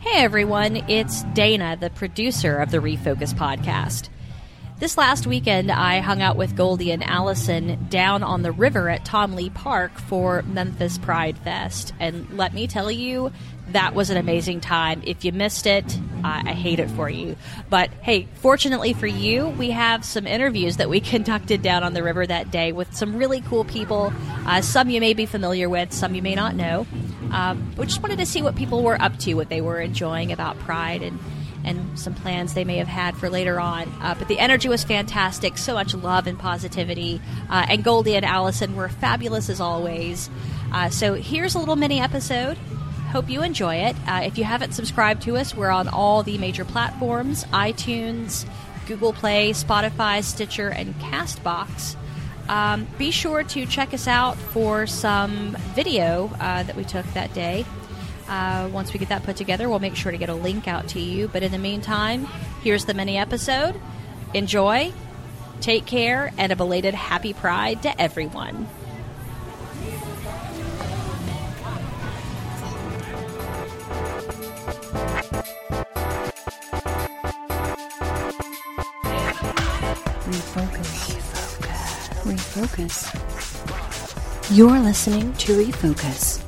Hey everyone, it's Dana, the producer of the Refocus podcast. This last weekend, I hung out with Goldie and Allison down on the river at Tom Lee Park for Memphis Pride Fest. And let me tell you, that was an amazing time. If you missed it, I, I hate it for you. But hey, fortunately for you, we have some interviews that we conducted down on the river that day with some really cool people. Uh, some you may be familiar with, some you may not know. Um, but we just wanted to see what people were up to, what they were enjoying about Pride, and and some plans they may have had for later on. Uh, but the energy was fantastic. So much love and positivity. Uh, and Goldie and Allison were fabulous as always. Uh, so here's a little mini episode. Hope you enjoy it. Uh, if you haven't subscribed to us, we're on all the major platforms iTunes, Google Play, Spotify, Stitcher, and Castbox. Um, be sure to check us out for some video uh, that we took that day. Uh, once we get that put together, we'll make sure to get a link out to you. But in the meantime, here's the mini episode. Enjoy, take care, and a belated happy pride to everyone. Refocus. Refocus. You're listening to Refocus.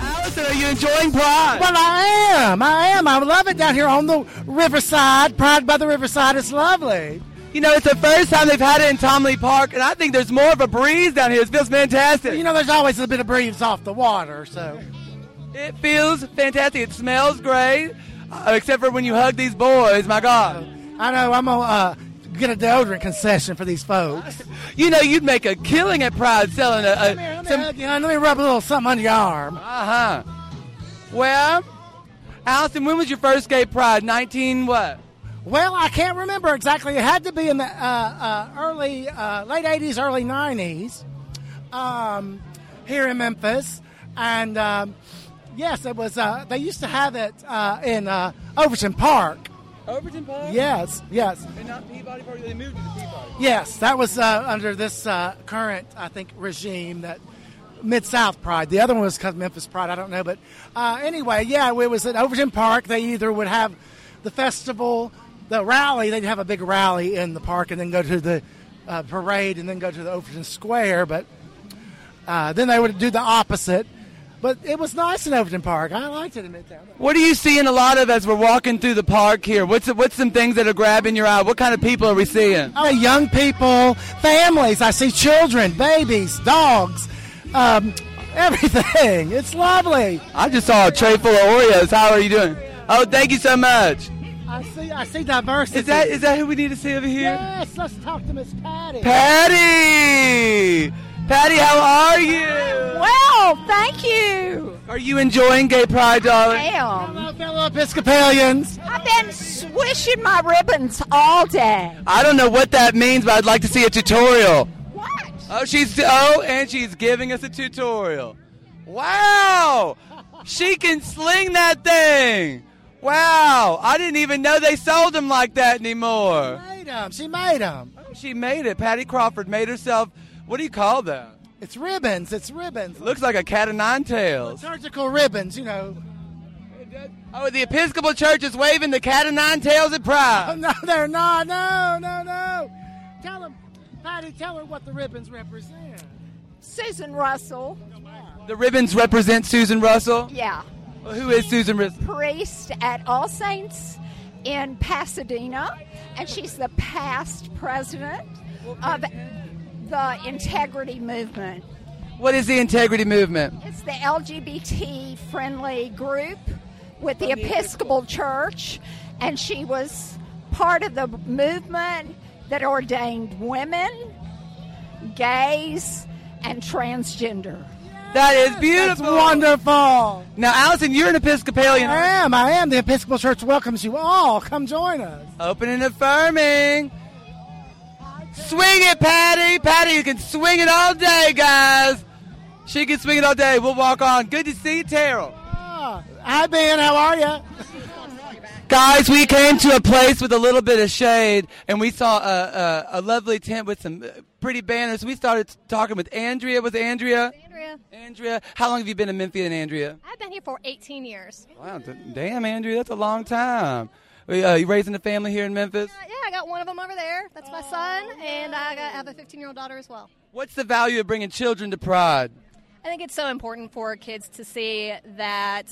Allison, are you enjoying Pride? Well, I am. I am. I love it down here on the riverside. Pride by the riverside. It's lovely. You know, it's the first time they've had it in Tomley Park, and I think there's more of a breeze down here. It feels fantastic. You know, there's always a bit of breeze off the water, so. it feels fantastic. It smells great, uh, except for when you hug these boys. My God. I know I'm going to uh, get a deodorant concession for these folks. You know, you'd make a killing at Pride selling a. Come here, a let me hug you, hon. Let me rub a little something under your arm. uh huh. Well, Allison, when was your first gay Pride? 19 what? Well, I can't remember exactly. It had to be in the uh, uh, early, uh, late 80s, early 90s um, here in Memphis. And um, yes, it was, uh, they used to have it uh, in uh, Overton Park. Overton Park? Yes, yes, And not Peabody Park. They moved to the Peabody. yes. That was uh, under this uh, current, I think, regime that Mid South Pride. The other one was called Memphis Pride. I don't know, but uh, anyway, yeah, it was at Overton Park. They either would have the festival, the rally. They'd have a big rally in the park, and then go to the uh, parade, and then go to the Overton Square. But uh, then they would do the opposite. But it was nice in Overton Park. I liked it in Midtown. What are you seeing a lot of as we're walking through the park here? What's what's some things that are grabbing your eye? What kind of people are we seeing? Oh, young people, families. I see children, babies, dogs, um, everything. It's lovely. I just saw a tray full of Oreos. How are you doing? Oh, thank you so much. I see. I see diversity. Is that is that who we need to see over here? Yes. Let's talk to Miss Patty. Patty, Patty, how are you? Well, thank you. Are you enjoying Gay Pride, darling? Damn. Hello, fellow Episcopalians. I've been swishing my ribbons all day. I don't know what that means, but I'd like to see a tutorial. What? Oh, she's oh, and she's giving us a tutorial. Wow, she can sling that thing. Wow, I didn't even know they sold them like that anymore. Made 'em. She made 'em. She made it. Patty Crawford made herself. What do you call that? It's ribbons. It's ribbons. Looks like a cat of nine tails. Liturgical ribbons. You know. Oh, the Episcopal Church is waving the cat of nine tails at Oh, pride. no, they're not. No, no, no. Tell them, Patty. Tell her what the ribbons represent. Susan Russell. The ribbons represent Susan Russell. Yeah. Well, Who is Susan Russell? Priest at All Saints in Pasadena. And she's the past president of the integrity movement. What is the integrity movement? It's the LGBT friendly group with the Episcopal Church, and she was part of the movement that ordained women, gays, and transgender. That is It's beautiful. wonderful. Now, Allison, you're an Episcopalian. I am. I am. The Episcopal Church welcomes you all. Come join us. Open and affirming. Swing it, Patty. Patty, you can swing it all day, guys. She can swing it all day. We'll walk on. Good to see you, Terrell. Ah, Hi, Ben. How are you? Guys, we came to a place with a little bit of shade, and we saw a, a, a lovely tent with some uh, pretty banners. We started talking with Andrea. Was it Andrea? Andrea, Andrea, how long have you been in Memphis, and Andrea? I've been here for 18 years. Wow, d- damn, Andrea, that's a long time. Uh, you raising a family here in Memphis? Uh, yeah, I got one of them over there. That's my son, and I, got, I have a 15 year old daughter as well. What's the value of bringing children to Pride? I think it's so important for kids to see that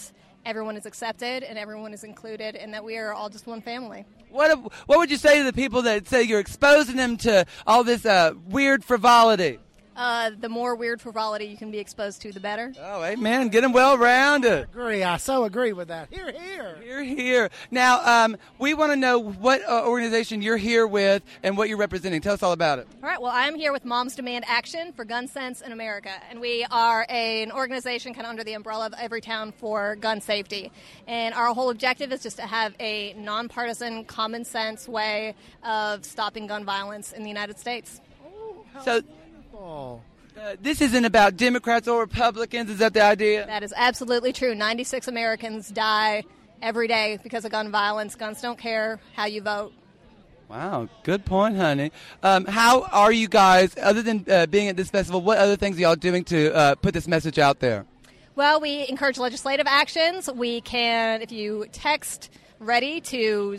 everyone is accepted and everyone is included, and that we are all just one family. What What would you say to the people that say you're exposing them to all this uh, weird frivolity? Uh, the more weird frivolity you can be exposed to, the better. Oh, amen. Get them well rounded. Agree. I so agree with that. Here, here. You're here now. Um, we want to know what uh, organization you're here with and what you're representing. Tell us all about it. All right, well, I'm here with Moms Demand Action for Gun Sense in America, and we are a- an organization kind of under the umbrella of Every Town for Gun Safety. And our whole objective is just to have a nonpartisan, common sense way of stopping gun violence in the United States. So Oh. uh, this isn't about Democrats or Republicans. Is that the idea? That is absolutely true. 96 Americans die every day because of gun violence. Guns don't care how you vote. Wow, good point, honey. Um, how are you guys? Other than uh, being at this festival, what other things are y'all doing to uh, put this message out there? Well, we encourage legislative actions. We can, if you text ready to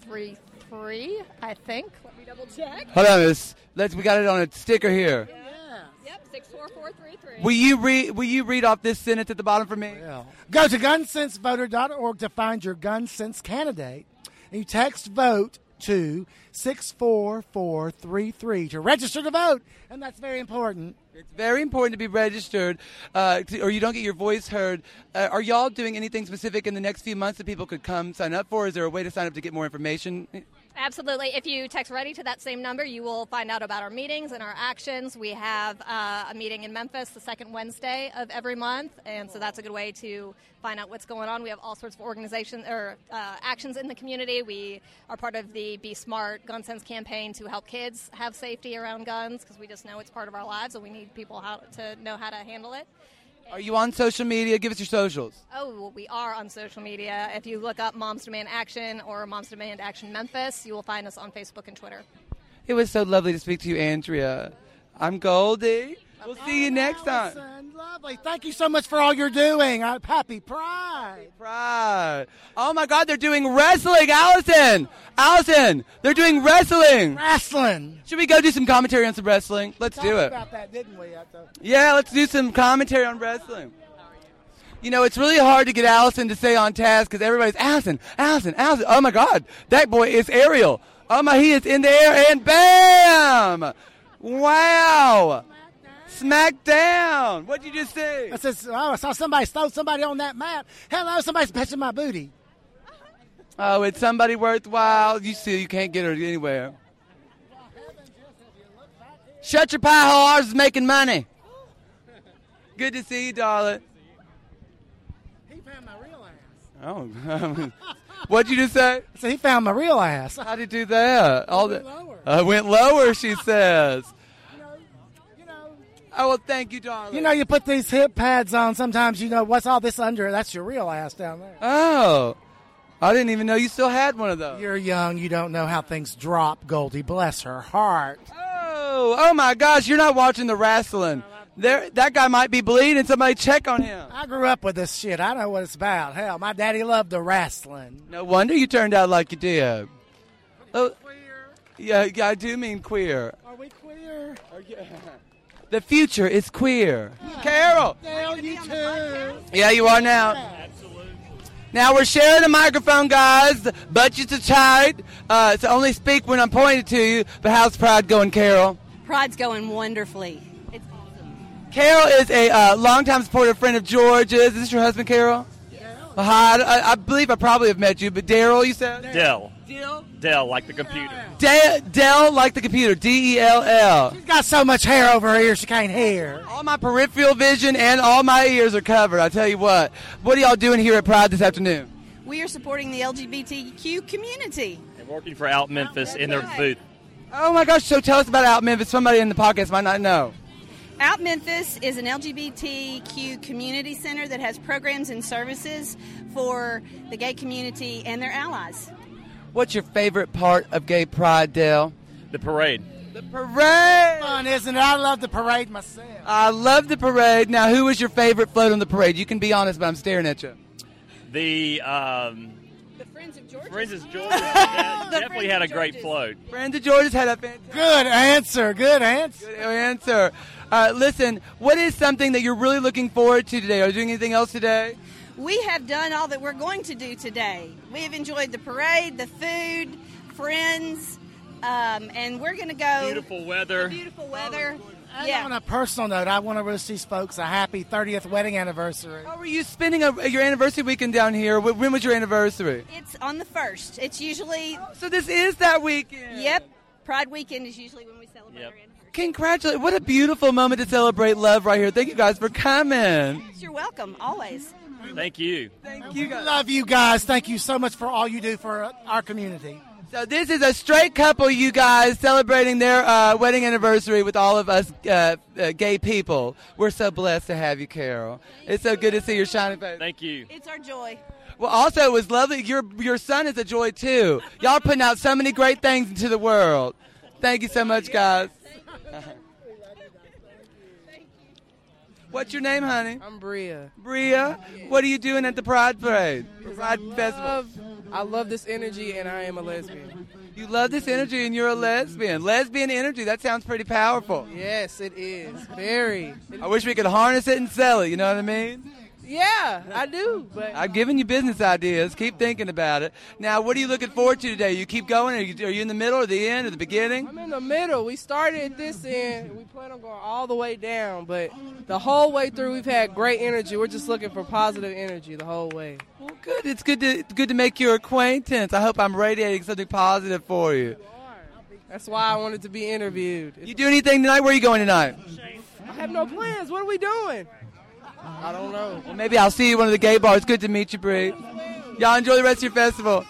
64433, I think. Let me double check. Hold on, it's, let's we got it on a sticker here. Yep, 64433. Will you read? Will you read off this sentence at the bottom for me? Well, Go to gunsensevoter.org to find your gun sense candidate. And you text vote to 64433 to register to vote. And that's very important. It's very important to be registered, uh, to- or you don't get your voice heard. Uh, are y'all doing anything specific in the next few months that people could come sign up for? Is there a way to sign up to get more information? Absolutely. If you text ready to that same number, you will find out about our meetings and our actions. We have uh, a meeting in Memphis the second Wednesday of every month, and so that's a good way to find out what's going on. We have all sorts of organizations or uh, actions in the community. We are part of the Be Smart Gun Sense campaign to help kids have safety around guns because we just know it's part of our lives and we need people how to know how to handle it. Are you on social media? Give us your socials. Oh, well, we are on social media. If you look up Moms Demand Action or Moms Demand Action Memphis, you will find us on Facebook and Twitter. It was so lovely to speak to you, Andrea. I'm Goldie. We'll see you next time. Allison, lovely. Thank you so much for all you're doing. Uh, Happy Pride. Pride. Oh my God, they're doing wrestling, Allison. Allison, they're doing wrestling. Wrestling. Should we go do some commentary on some wrestling? Let's do Talked it. about that, didn't we? at the- Yeah, let's do some commentary on wrestling. You know, it's really hard to get Allison to stay on task because everybody's Allison, Allison, Allison. Oh my God, that boy is aerial. Oh my, he is in the air and bam! Wow! SmackDown. What'd you just see? I says, oh, I saw somebody stole somebody on that map. Hello, somebody's punching my booty. Oh, it's somebody worthwhile. You see, you can't get her anywhere. Shut your pie hole. Ours is making money. Good to see you, darling. He found my real ass. Oh, what'd you just say? So he found my real ass. How did you do that? All went the- lower. I went lower. She says. You know, Oh well, thank you, darling. you know, you put these hip pads on. Sometimes you know what's all this under. That's your real ass down there. Oh, I didn't even know you still had one of those. You're young. You don't know how things drop. Goldie, bless her heart. oh, oh my gosh! You're not watching the wrestling. There, that guy might be bleeding. Somebody check on him. I grew up with this shit. I know what it's about. Hell, my daddy loved the wrestling. No wonder you turned out like you did. Oh, yeah, yeah, I do mean queer. Oh, Are we queer? The future is queer. Carol. Hell, you too. Yeah, you are now. Now we're sharing the microphone, guys. The budgets are tight, uh, so only speak when I'm pointed to you. But how's Pride going, Carol? Pride's going wonderfully. It's awesome. Carol is a uh, longtime supporter friend of George's. Is this your husband, Carol? Uh, hi, I, I believe I probably have met you, but Daryl, you said? Dell. Dell, like the computer. De- Dell, like the computer, D E L L. She's got so much hair over her ears she can't hear. All my peripheral vision and all my ears are covered, I tell you what. What are y'all doing here at Pride this afternoon? We are supporting the LGBTQ community. And working for Out Memphis in their booth. Oh my gosh, so tell us about Out Memphis. Somebody in the podcast might not know. Out Memphis is an LGBTQ community center that has programs and services for the gay community and their allies. What's your favorite part of Gay Pride, Dale? The parade. The parade. Fun, isn't it? I love the parade myself. I love the parade. Now, who was your favorite float on the parade? You can be honest, but I'm staring at you. The um, The Friends of Georgia. Oh. Friends Georgia yeah, definitely had a great float. Brenda George had a fantastic Good answer. Good answer. answer. Uh, listen, what is something that you're really looking forward to today? Are you doing anything else today? We have done all that we're going to do today. We have enjoyed the parade, the food, friends, um, and we're going to go. Beautiful weather. Beautiful weather. And On a personal note, I want to wish these folks a happy 30th wedding anniversary. How were you spending a, your anniversary weekend down here? Wh- When was your anniversary? It's on the first. It's usually. So this is that weekend. Yep. Pride weekend is usually when we celebrate Yep. our anniversary. Congratulate! What a beautiful moment to celebrate love right here. Thank you guys for coming. You're welcome, always. Thank you. Thank you guys. Love you guys. Thank you so much for all you do for our community. So this is a straight couple, you guys, celebrating their uh, wedding anniversary with all of us uh, uh, gay people. We're so blessed to have you, Carol. It's so good to see your shining face. Thank you. It's our joy. Well, also it was lovely. Your your son is a joy too. Y'all putting out so many great things into the world. Thank you so much, guys. What's your name, honey? I'm Bria. Bria. What are you doing at the Pride Parade, Pride Festival? I love this energy, and I am a lesbian. You love this energy, and you're a lesbian. Lesbian energy. That sounds pretty powerful. Yes, it is very. I wish we could harness it and sell it. You know what I mean? Yeah, I do. But I've given you business ideas. Keep thinking about it. Now, what are you looking forward to today? You keep going. Are you, are you in the middle, or the end, or the beginning? I'm in the middle. We started at this end. and We plan on going all the way down, but the whole way through, we've had great energy. We're just looking for positive energy the whole way. Well, good. It's good to good to make your acquaintance. I hope I'm radiating something positive for you. That's why I wanted to be interviewed. You do anything tonight? Where are you going tonight? I have no plans. What are we doing? I don't know. Well, maybe I'll see you at one of the gay bars. Good to meet you, Bree. Y'all enjoy the rest of your festival.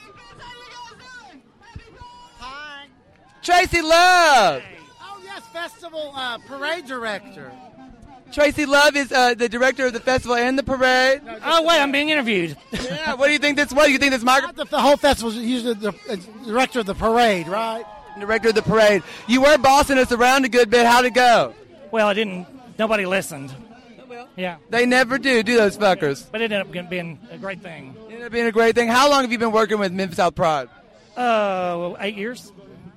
Tracy Love. Oh, yes, festival uh, parade director. Tracy Love is uh, the director of the festival and the parade. Oh wait, I'm being interviewed. Yeah. What do you think this was? You think this microphone? Not the, the whole festival usually the uh, director of the parade, right? Director of the parade. You were bossing us around a good bit. How'd it go? well, I didn't. Nobody listened. Yeah, They never do, do those fuckers? but it ended up being a great thing. It ended up being a great thing. How long have you been working with Memphis South Pride? Uh, well, eight years.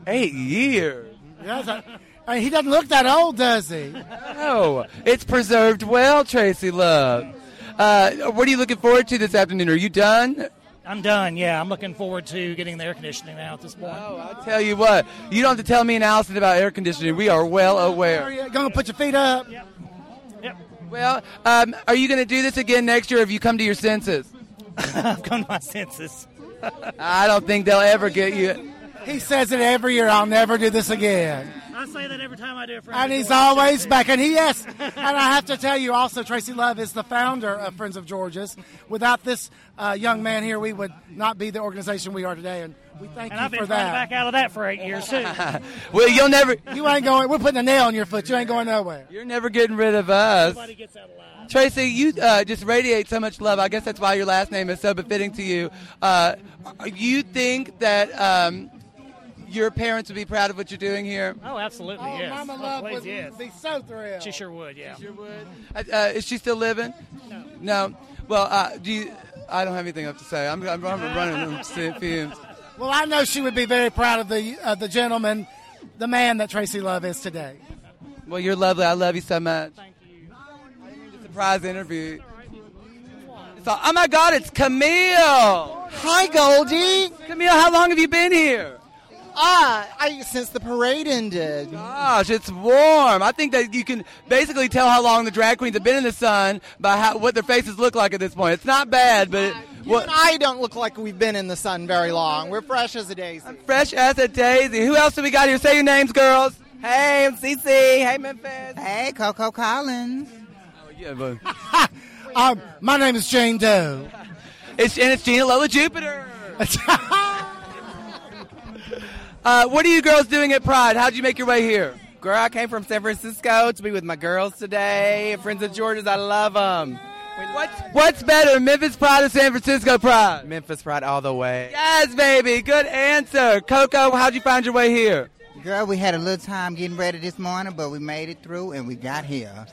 Eight years. Yeah, it's like- I mean, he doesn't look that old, does he? Oh, it's preserved well, Tracy Love. Uh, what are you looking forward to this afternoon? Are you done? I'm done. Yeah, I'm looking forward to getting the air conditioning now at this point. I tell you what, you don't have to tell me and Allison about air conditioning. We are well aware. You're gonna put your feet up. Yep. Well, um, are you going to do this again next year? If you come to your senses, I've come to my senses. I don't think they'll ever get you. He says it every year. I'll never do this again. I say that every time I do it. For And he's always back. And he is. And I have to tell you also, Tracy Love is the founder of Friends of Georgia's. Without this uh, young man here, we would not be the organization we are today. And we thank And I've you been for trying to that. back out of that for eight years too. Well, you'll never. You ain't going. We're putting a nail in your foot. You ain't going nowhere. You're never getting rid of us. Nobody gets out alive. Tracy, you uh, just radiate so much love. I guess that's why your last name is so befitting to you. Uh, you think that um, your parents would be proud of what you're doing here? Oh, absolutely. Oh, yes. Mama Oh, Love please, would yes. be so thrilled. She sure would. Yeah. Uh, uh, is she still living? No. Well, uh, do you, I don't have anything else to say. I'm, I'm, I'm running from fumes. Well, I know she would be very proud of the uh, the gentleman, the man that Tracy Love is today. Well, you're lovely. I love you so much. Thank you. Surprise interview. So, oh my God, it's Camille. Hi, Goldie. Camille, how long have you been here? Ah, I since the parade ended. Gosh, it's warm. I think that you can basically tell how long the drag queens have been in the sun by how, what their faces look like at this point. It's not bad, but it, You what, and I don't look like we've been in the sun very long. We're fresh as a daisy. fresh as a daisy. Who else do we got here? Say your names, girls. Hey, I'm CC. Hey, Memphis. Hey, Coco Collins. Oh, Yeah, but Um, my name is Jane Doe. it's and it's Gina Lola Jupiter. Uh, what are you girls doing at Pride? How'd you make your way here? Girl, I came from San Francisco to be with my girls today. Friends of George's, I love them. What's what's better, Memphis Pride or San Francisco Pride? Memphis pride all the way. Yes, baby. Good answer, Coco. How'd you find your way here? Girl, we had a little time getting ready this morning, but we made it through and we got here.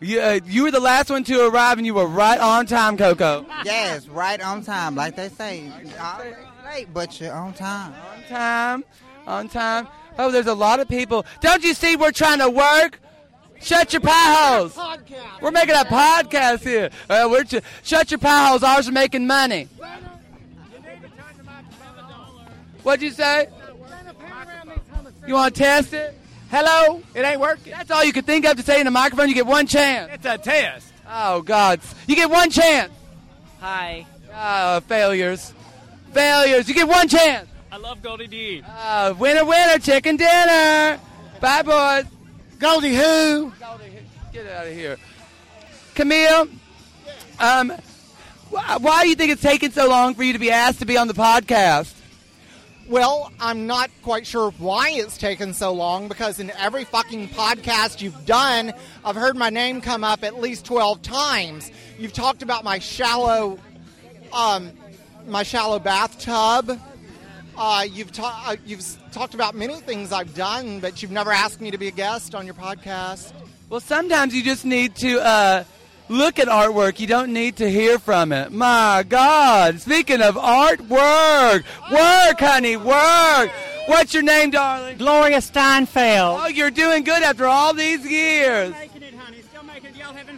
You, uh, you were the last one to arrive, and you were right on time, Coco. Yes, right on time, like they say. Always late, but you're on time. On time, on time. Oh, there's a lot of people. Don't you see we're trying to work? Shut your pie holes. We're making a podcast here. Uh, we're ch- shut your pie holes. Ours are making money. What'd you say? You want to test it? Hello? It ain't working. That's all you could think of to say in the microphone. You get one chance. It's a test. Oh, God. You get one chance. Hi. Uh, failures. Failures. You get one chance. I love Goldie D. Uh, winner, winner, chicken dinner. Bye, boys. Goldie who? Goldie who? Get out of here. Camille, um, wh- why do you think it's taking so long for you to be asked to be on the podcast? Well, I'm not quite sure why it's taken so long because in every fucking podcast you've done, I've heard my name come up at least 12 times. You've talked about my shallow um, my shallow bathtub. Uh, you've ta- uh, you've s- talked about many things I've done, but you've never asked me to be a guest on your podcast. Well, sometimes you just need to uh, look at artwork. You don't need to hear from it. My God. Speaking of artwork, work, honey, work. What's your name, darling? Gloria Steinfeld. Oh, you're doing good after all these years.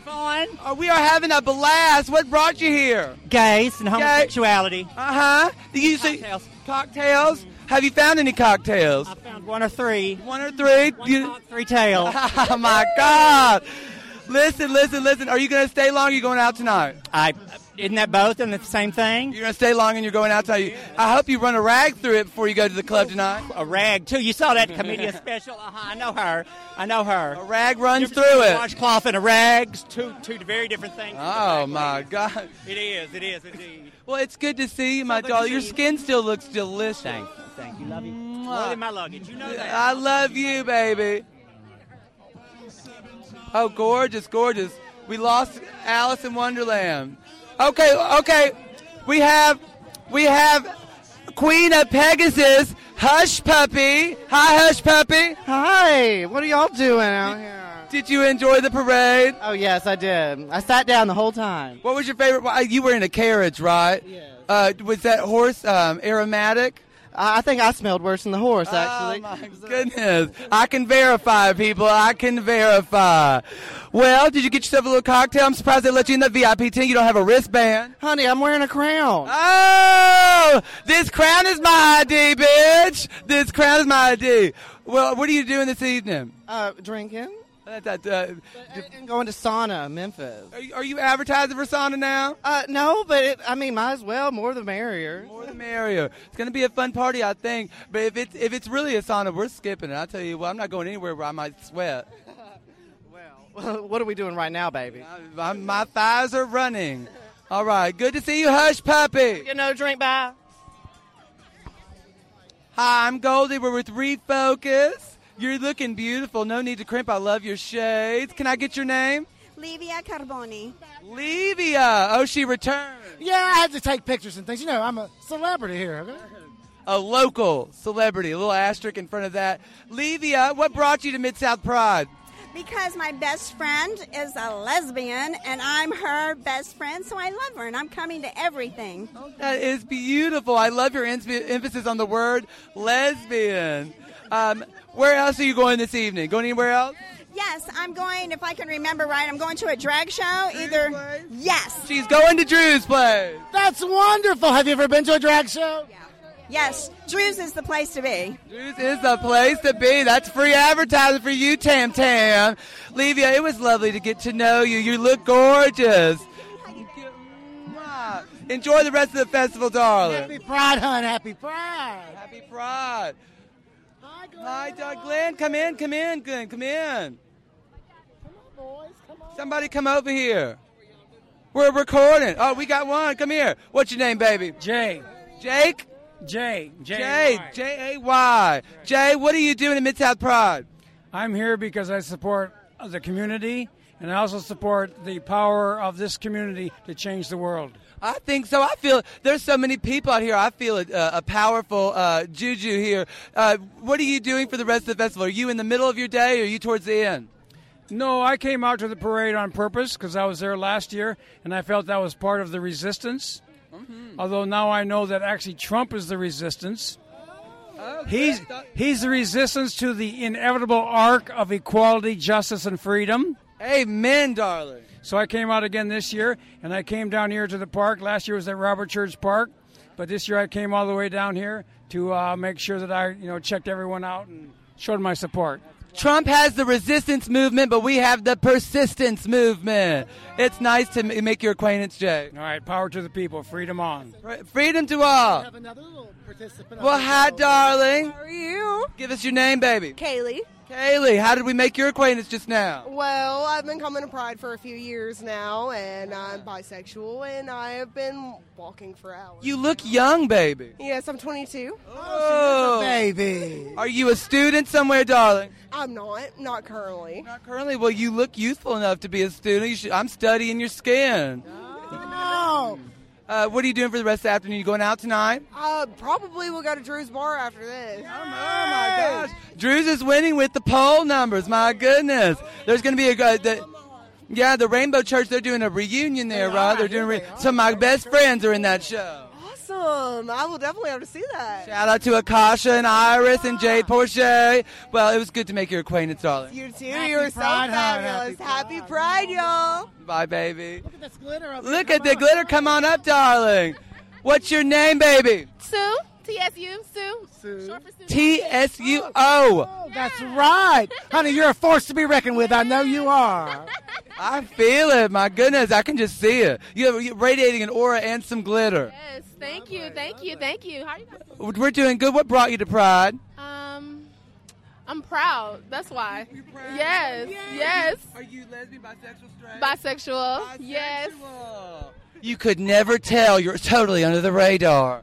Fine. Oh, we are having a blast. What brought you here? Gays and Gay. homosexuality. Uh huh. You cocktails. cocktails. Have you found any cocktails? I found one or three. One or three. One three tail. oh my God! Listen, listen, listen. Are you going to stay long? Or you going out tonight? I. Isn't that both and the same thing? You're going to stay long and you're going out tonight. I hope you run a rag through it before you go to the club tonight. A rag too. You saw that comedian special. Uh-huh, I know her. I know her. A rag runs through it. Washcloth and a rags. Two two very different things. Oh my God! It is. It is indeed. Well, it's good to see you, my good to doll. Your see you. skin still looks delicious. Thank you. Thank you. Love you. More than my luggage. You know that. I love you, baby. Oh, gorgeous, gorgeous. We lost Alice in Wonderland. Okay, okay. We have, we have Queen of Pegasus, Hush Puppy. Hi, Hush Puppy. Hi. What are y'all doing out here? Did you enjoy the parade? Oh yes, I did. I sat down the whole time. What was your favorite? well, You were in a carriage, right? Yes. Uh, was that horse um, aromatic? I I think I smelled worse than the horse, actually. Goodness, I can verify, people. I can verify. Well, did you get yourself a little cocktail? I'm surprised they let you in the VIP tent. You don't have a wristband. Honey, I'm wearing a crown. Oh, this crown is my ID, bitch. This crown is my ID. Well, what are you doing this evening? Uh, drinking. and, and going to sauna, Memphis. Are you, are you advertising for sauna now? Uh, no, but it, I mean, might as well. More the merrier. More the merrier. It's gonna be a fun party, I think. But if it's if it's really a sauna, we're skipping it. I tell you what, I'm not going anywhere where I might sweat. what are we doing right now, baby? My, my thighs are running. All right, good to see you, Hush Puppy. You know, drink by. Hi, I'm Goldie. We're with Refocus. You're looking beautiful. No need to crimp. I love your shades. Can I get your name? Livia Carboni. Levia. Oh, she returned. Yeah, I had to take pictures and things. You know, I'm a celebrity here. Okay? A local celebrity. A little asterisk in front of that. Levia, what brought you to Mid South Pride? Because my best friend is a lesbian and I'm her best friend, so I love her and I'm coming to everything. That is beautiful. I love your ens- emphasis on the word lesbian. Um, where else are you going this evening? Going anywhere else? Yes, I'm going, if I can remember right, I'm going to a drag show. Either. Yes. She's going to Drew's place. That's wonderful. Have you ever been to a drag show? Yes. Drew's is the place to be. Drew's is the place to be. That's free advertising for you, Tam Tam. Levia, it was lovely to get to know you. You look gorgeous. Enjoy the rest of the festival, darling. Happy Pride, hun. Happy Pride. Happy Pride. Hi, Glenn. Hi, Doug. Glenn, come in, come in, Glenn, come in. Somebody come over here. We're recording. Oh, we got one. Come here. What's your name, baby? Jay. Jake? Jay. Jay. J A Y. Jay, what are you doing at Mid South Pride? I'm here because I support the community and I also support the power of this community to change the world. I think so. I feel there's so many people out here. I feel a, a powerful uh, juju here. Uh, what are you doing for the rest of the festival? Are you in the middle of your day or are you towards the end? No, I came out to the parade on purpose because I was there last year and I felt that was part of the resistance. Mm-hmm. Although now I know that actually Trump is the resistance. He's he's the resistance to the inevitable arc of equality, justice, and freedom. Amen, darling. So I came out again this year, and I came down here to the park. Last year was at Robert Church Park, but this year I came all the way down here to uh, make sure that I you know checked everyone out and showed my support. Trump has the resistance movement, but we have the persistence movement. It's nice to m- make your acquaintance, Jay. All right, power to the people, freedom on. Freedom to all. Well, hi, darling. How are you? Give us your name, baby. Kaylee. Kaylee, how did we make your acquaintance just now? Well, I've been coming to Pride for a few years now, and I'm bisexual, and I have been walking for hours. You look young, baby. Yes, I'm 22. Oh, baby. Are you a student somewhere, darling? I'm not, not currently. Not Currently, well, you look youthful enough to be a student. You should, I'm studying your skin. No. Uh, what are you doing for the rest of the afternoon? You going out tonight? Uh, probably we'll go to Drew's bar after this. Oh my gosh. Drews is winning with the poll numbers. My goodness. There's going to be a uh, the, yeah, the Rainbow Church. They're doing a reunion there, right? They're doing a re- some of my best friends are in that show. Awesome. I will definitely have to see that. Shout out to Akasha and Iris and Jade Porche. Well, it was good to make your acquaintance, darling. You too. You're so fabulous. Happy Pride, y'all. Bye, baby. That's glitter. over Look at the glitter. Come on up, darling. What's your name, baby? Sue, TSU, Sue. Short for Sue. T S U O. Oh, That's right. Honey, you're a force to be reckoned with. I know you are. I feel it. My goodness, I can just see it. You have, you're radiating an aura and some glitter. Yes, thank you, thank you, thank you. How are you guys? We're doing good. What brought you to Pride? Um, I'm proud. That's why. Yes, yes. Are you lesbian, bisexual, straight? Oh. Bisexual. Yes. You could never tell. You're totally under the radar.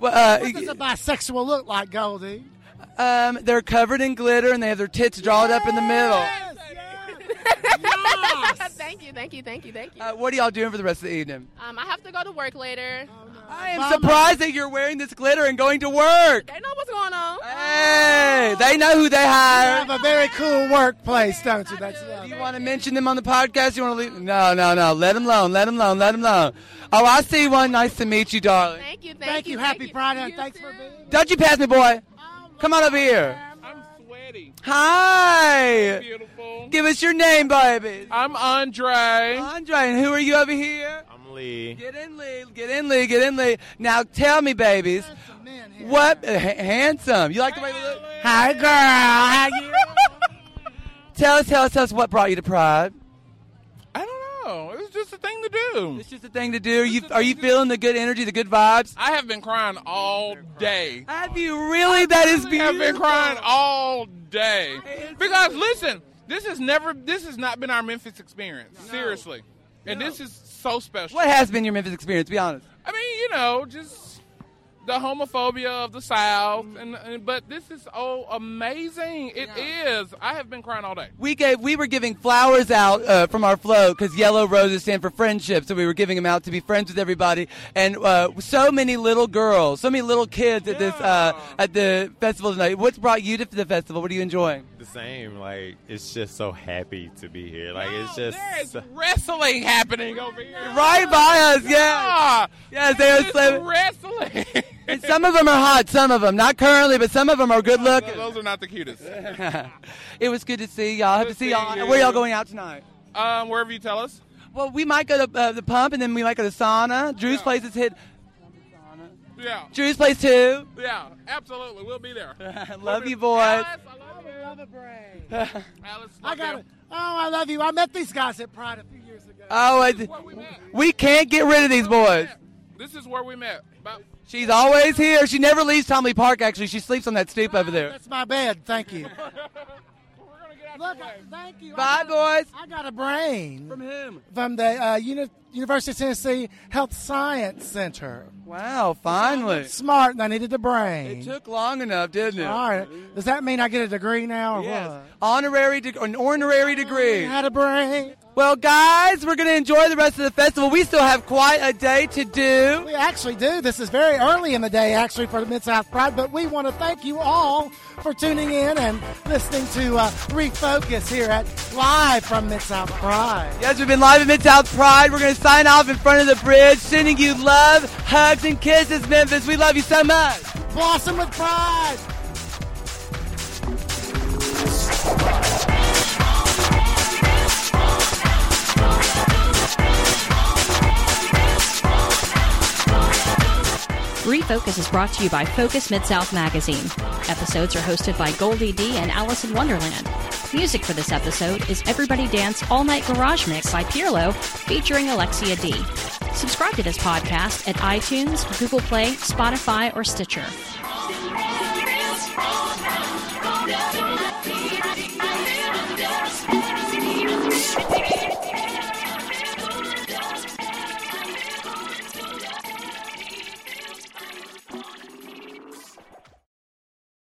Well, uh, what does a bisexual look like, Goldie? Um, they're covered in glitter and they have their tits drawn up in the middle. thank you, thank you, thank you, thank you. Uh, what are y'all doing for the rest of the evening? Um, I have to go to work later. I am surprised that you're wearing this glitter and going to work. They know what's going on. Hey, they know who they hire. You have a very cool workplace, don't you? That's Do you want to mention them on the podcast? You want to leave? No, no, no. Let them alone. Let them alone. Let them alone. Oh, I see one. Nice to meet you, darling. Thank you, thank, you. Happy Pride, and thanks for being. Don't you pass me, boy. Come on over here. I'm sweaty. Hi. Beautiful. Give us your name, baby. I'm Andre. Andre, and who are you over here? I'm Lee. Get in, Lee. Get in, Lee. Get in, Lee. Now tell me, babies. what h- handsome? You like the way we look? Hi, girl. How you? tell us, tell us, tell us what brought you to Pride. Oh, it was just a thing to do. It's just a thing to do. Are you are you feeling the good energy, the good vibes? I have been crying all day. Have you really? That is I have beautiful. been crying all day because listen, this has never, this has not been our Memphis experience. Seriously, and this is so special. What has been your Memphis experience? Be honest. I mean, you know, just the homophobia of the South, and, and but this is oh amazing. It is. I have been crying all day. We gave we were giving flowers out uh, from our float because yellow roses stand for friendship, so we were giving them out to be friends with everybody. And uh, so many little girls, so many little kids at this uh, at the festival tonight. What's brought you to the festival? What are you enjoying? The same, like it's just so happy to be here. Like it's just There's wrestling happening over here. Right by us, yeah, yes, they are slamming. Wrestling. And some of them are hot, some of them not currently, but some of them are good looking. Those are not the cutest. it was good to see y'all. I hope to see see y'all. you. Where y'all going out tonight? um, wherever you tell us. Well, we might go to uh, the pump, and then we might go to sauna. Drew's place is hit. Yeah. Drew's place too. Yeah, absolutely. We'll be there. Love you, boys. I got it. Oh, I love you. I met these guys at Pride a few years ago. Oh, I, we can't get rid of these boys. This is where we met. About- She's always here. She never leaves Tomley Park. Actually, she sleeps on that stoop over there. It's my bed. Thank you. Look, thank you. Bye, boys. I got a brain From him. from the uh, Unit University of Tennessee Health Science Center. Wow, finally. Smart, and I needed the brain. It took long enough, didn't it? All right. Does that mean I get a degree now or Yes. what? Honorary deg- an honorary degree. Had a brain. Well, guys, we're going to enjoy the rest of the festival. We still have quite a day to do. We actually do. This is very early in the day, actually, for the Mid South Pride, but we want to thank you all for tuning in and listening to uh, Refocus here at Live from Mid South Pride. Yes, we've been live at Mid South Pride. We're going to sign off in front of the bridge, sending you love, hugs, and kisses, Memphis. We love you so much. Blossom with pride. Refocus is brought to you by Focus Mid South Magazine. Episodes are hosted by Goldie D and Alice in Wonderland. Music for this episode is Everybody Dance All Night Garage Mix by Pierlo, featuring Alexia D. Subscribe to this podcast at iTunes, Google Play, Spotify, or Stitcher.